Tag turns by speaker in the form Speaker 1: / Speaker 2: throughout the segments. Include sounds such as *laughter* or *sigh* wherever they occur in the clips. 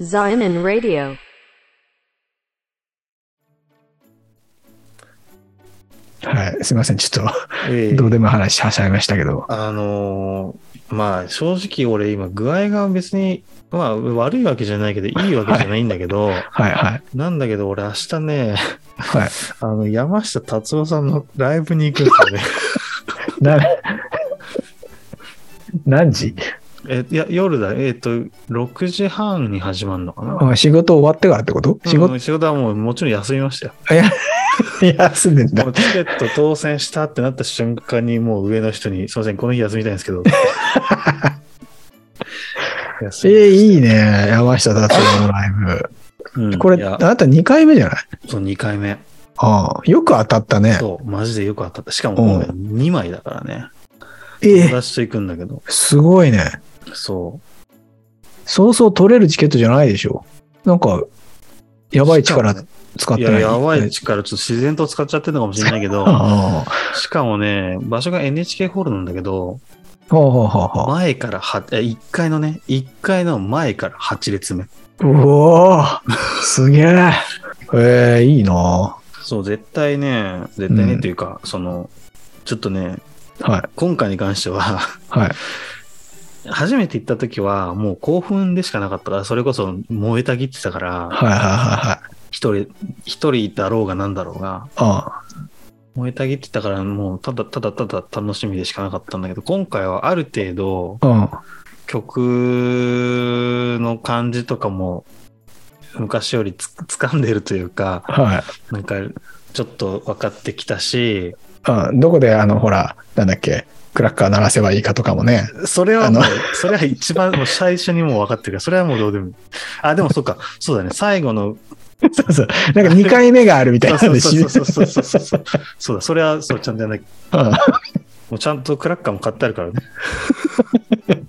Speaker 1: Zion Radio.
Speaker 2: はい、すみません、ちょっ
Speaker 3: え
Speaker 2: と、
Speaker 3: え
Speaker 2: どうでも話はしゃいましたけど、
Speaker 3: あのーまあ正直俺今具合が別に、まあ悪いわけじゃないけど、いいわけじゃないんだけど、
Speaker 2: はいはい、
Speaker 3: なんだけど俺明日ね、 *laughs*
Speaker 2: はい。
Speaker 3: あの山下達郎さんのライブに行くんですよね。
Speaker 2: な何時 *laughs*
Speaker 3: えいや夜だ、えっ、と、6時半に始まるのかな。
Speaker 2: あ仕事終わってからってこと仕
Speaker 3: う
Speaker 2: 事、
Speaker 3: ん仕事はもうもちろん休みましたよ。
Speaker 2: いや休んでんだ
Speaker 3: もう。チケット当選したってなった瞬間にもう上の
Speaker 2: *laughs*
Speaker 3: 人に、すいません、この日休みたいんですけど。
Speaker 2: え
Speaker 3: 休み
Speaker 2: ー、いいね。山下達郎のライ
Speaker 3: うん
Speaker 2: ブ。こ
Speaker 3: い
Speaker 2: れ、あ
Speaker 3: や
Speaker 2: なた2回目じゃない
Speaker 3: そう、2回目。
Speaker 2: ああ、よく当たったね。
Speaker 3: そう、マジでよく当たった。しかももうね、
Speaker 2: う
Speaker 3: 2枚だからね。
Speaker 2: ええ
Speaker 3: 友達と行くんだけど。
Speaker 2: すごいね。
Speaker 3: そ
Speaker 2: そうそう取れるチケットじゃないでしょ。なんか、やばい力使っ
Speaker 3: う。い
Speaker 2: てな
Speaker 3: や、
Speaker 2: い。
Speaker 3: やばい
Speaker 2: ね
Speaker 3: 力、ちょっと自然と使っちゃってるのかもしれないけど、
Speaker 2: あ
Speaker 3: *laughs* しかもね、場所が NHK ホールなんだけど、
Speaker 2: あ、はあはあはあ。
Speaker 3: 前からは、え1階のね、1階の前から8列目。
Speaker 2: うおーすげえ。ええいいな
Speaker 3: そう、絶対ね、絶対ね
Speaker 2: う
Speaker 3: っ
Speaker 2: ん
Speaker 3: ていうか、その、ちょっとね、
Speaker 2: はい、
Speaker 3: 今回に関しては、 *laughs*
Speaker 2: はい。
Speaker 3: 初めて行った時は、もう興奮でしかなかったから、それこそ燃えたぎってたから、
Speaker 2: はいはいはいはい。
Speaker 3: 一人、一人だろうがなんだろうが、
Speaker 2: あ
Speaker 3: 燃えたぎってたから、もうただただただ楽しみでしかなかったんだけど、今回はある程度、
Speaker 2: あ、うん。
Speaker 3: 曲の感じとかも、昔よりつ掴んでるというか、
Speaker 2: はい。
Speaker 3: なんか、ちょっと分かってきたし、
Speaker 2: うん、どこで、あの、ほら、なんだっけ、クラッカー鳴らせばいいかとかもね。
Speaker 3: それはもう
Speaker 2: あ、
Speaker 3: それは一番、もう最初にもう分かってるから、それはもうどうでもいい。あ、でもそうか、そうだね、最後の、
Speaker 2: そうそう。なんか2回目があるみたいなん
Speaker 3: そう
Speaker 2: で
Speaker 3: そうそうそう
Speaker 2: う。
Speaker 3: そうそうそう。そうだ、それは、そう、ちゃんとやんなきゃ
Speaker 2: うん
Speaker 3: もうちゃんとクラッカーも買ってあるからね。
Speaker 2: *laughs*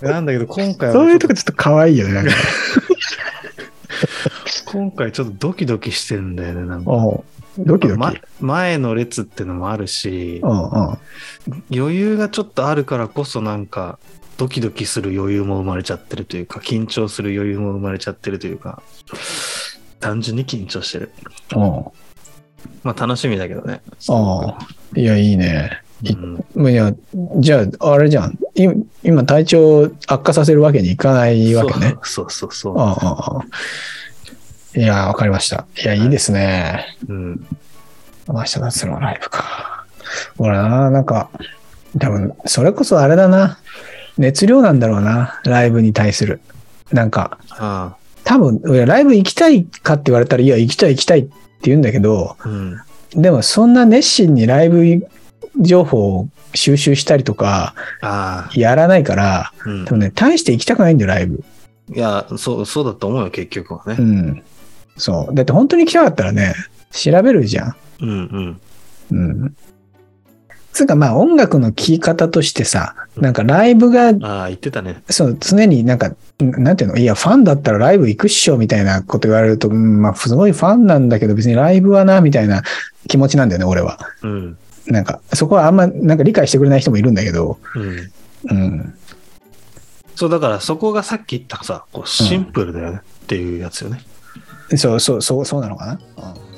Speaker 3: なんだけど、今回は、
Speaker 2: そういうとこちょっと可愛いよね。なんか
Speaker 3: 今回ちょっとドキドキしてんだよね、なんか。
Speaker 2: うんドキドキ。
Speaker 3: ま前の列ってのもあるし
Speaker 2: う、んうん。
Speaker 3: 余裕がちょっとあるからこそなんか、ドキドキする余裕も生まれちゃってるというか、緊張する余裕も生まれちゃってるというか、単純に緊張してる。
Speaker 2: うん
Speaker 3: まあ楽しみだけどね。
Speaker 2: ああ、いや、いいね。い
Speaker 3: うん
Speaker 2: まあいや、じゃあ、あれじゃん。い今、体調悪化させるわけにいかないわけね。
Speaker 3: そうそうそうそ
Speaker 2: ああああああいや、わかりました。いや、いいですね。
Speaker 3: う。うん。
Speaker 2: 山下達郎のライブか。ほらな、なんか、多分、それこそあれだな。熱量なんだろうな。ライブに対する。なんか、
Speaker 3: あ
Speaker 2: 多分、いやライブ行きたいかって言われたら、いや、行きたい行きたいって言うんだけど、
Speaker 3: あ、うん。
Speaker 2: でもそんな熱心にライブ情報を収集したりとか
Speaker 3: ああ、
Speaker 2: やらないから、
Speaker 3: うん
Speaker 2: でも。ね、大して行きたくないんだよ、ライブ。
Speaker 3: いや、そう、そうだと思うよ、結局は
Speaker 2: う
Speaker 3: ね。
Speaker 2: ん。そう。だって本当に行きたかったらね、調べるじゃん。
Speaker 3: うんうん。
Speaker 2: うん。つうかまあ音楽の聴き方としてさ、なんかライブが、
Speaker 3: ああ、言ってたね。
Speaker 2: そう、常になんか、んなんていうの、いや、ファンだったらライブ行くっしょ、みたいなこと言われると、うん、まあ、すごいファンなんだけど、別にライブはな、みたいな気持ちなんだよね、俺は。
Speaker 3: うん。
Speaker 2: なんか、そこはあんま、なんか理解してくれない人もいるんだけど、
Speaker 3: うん。
Speaker 2: うん。
Speaker 3: そう、だからそこがさっき言ったさ、こうシンプルだよね、っていうやつよね。
Speaker 2: そうそうそうそうなのかな、うん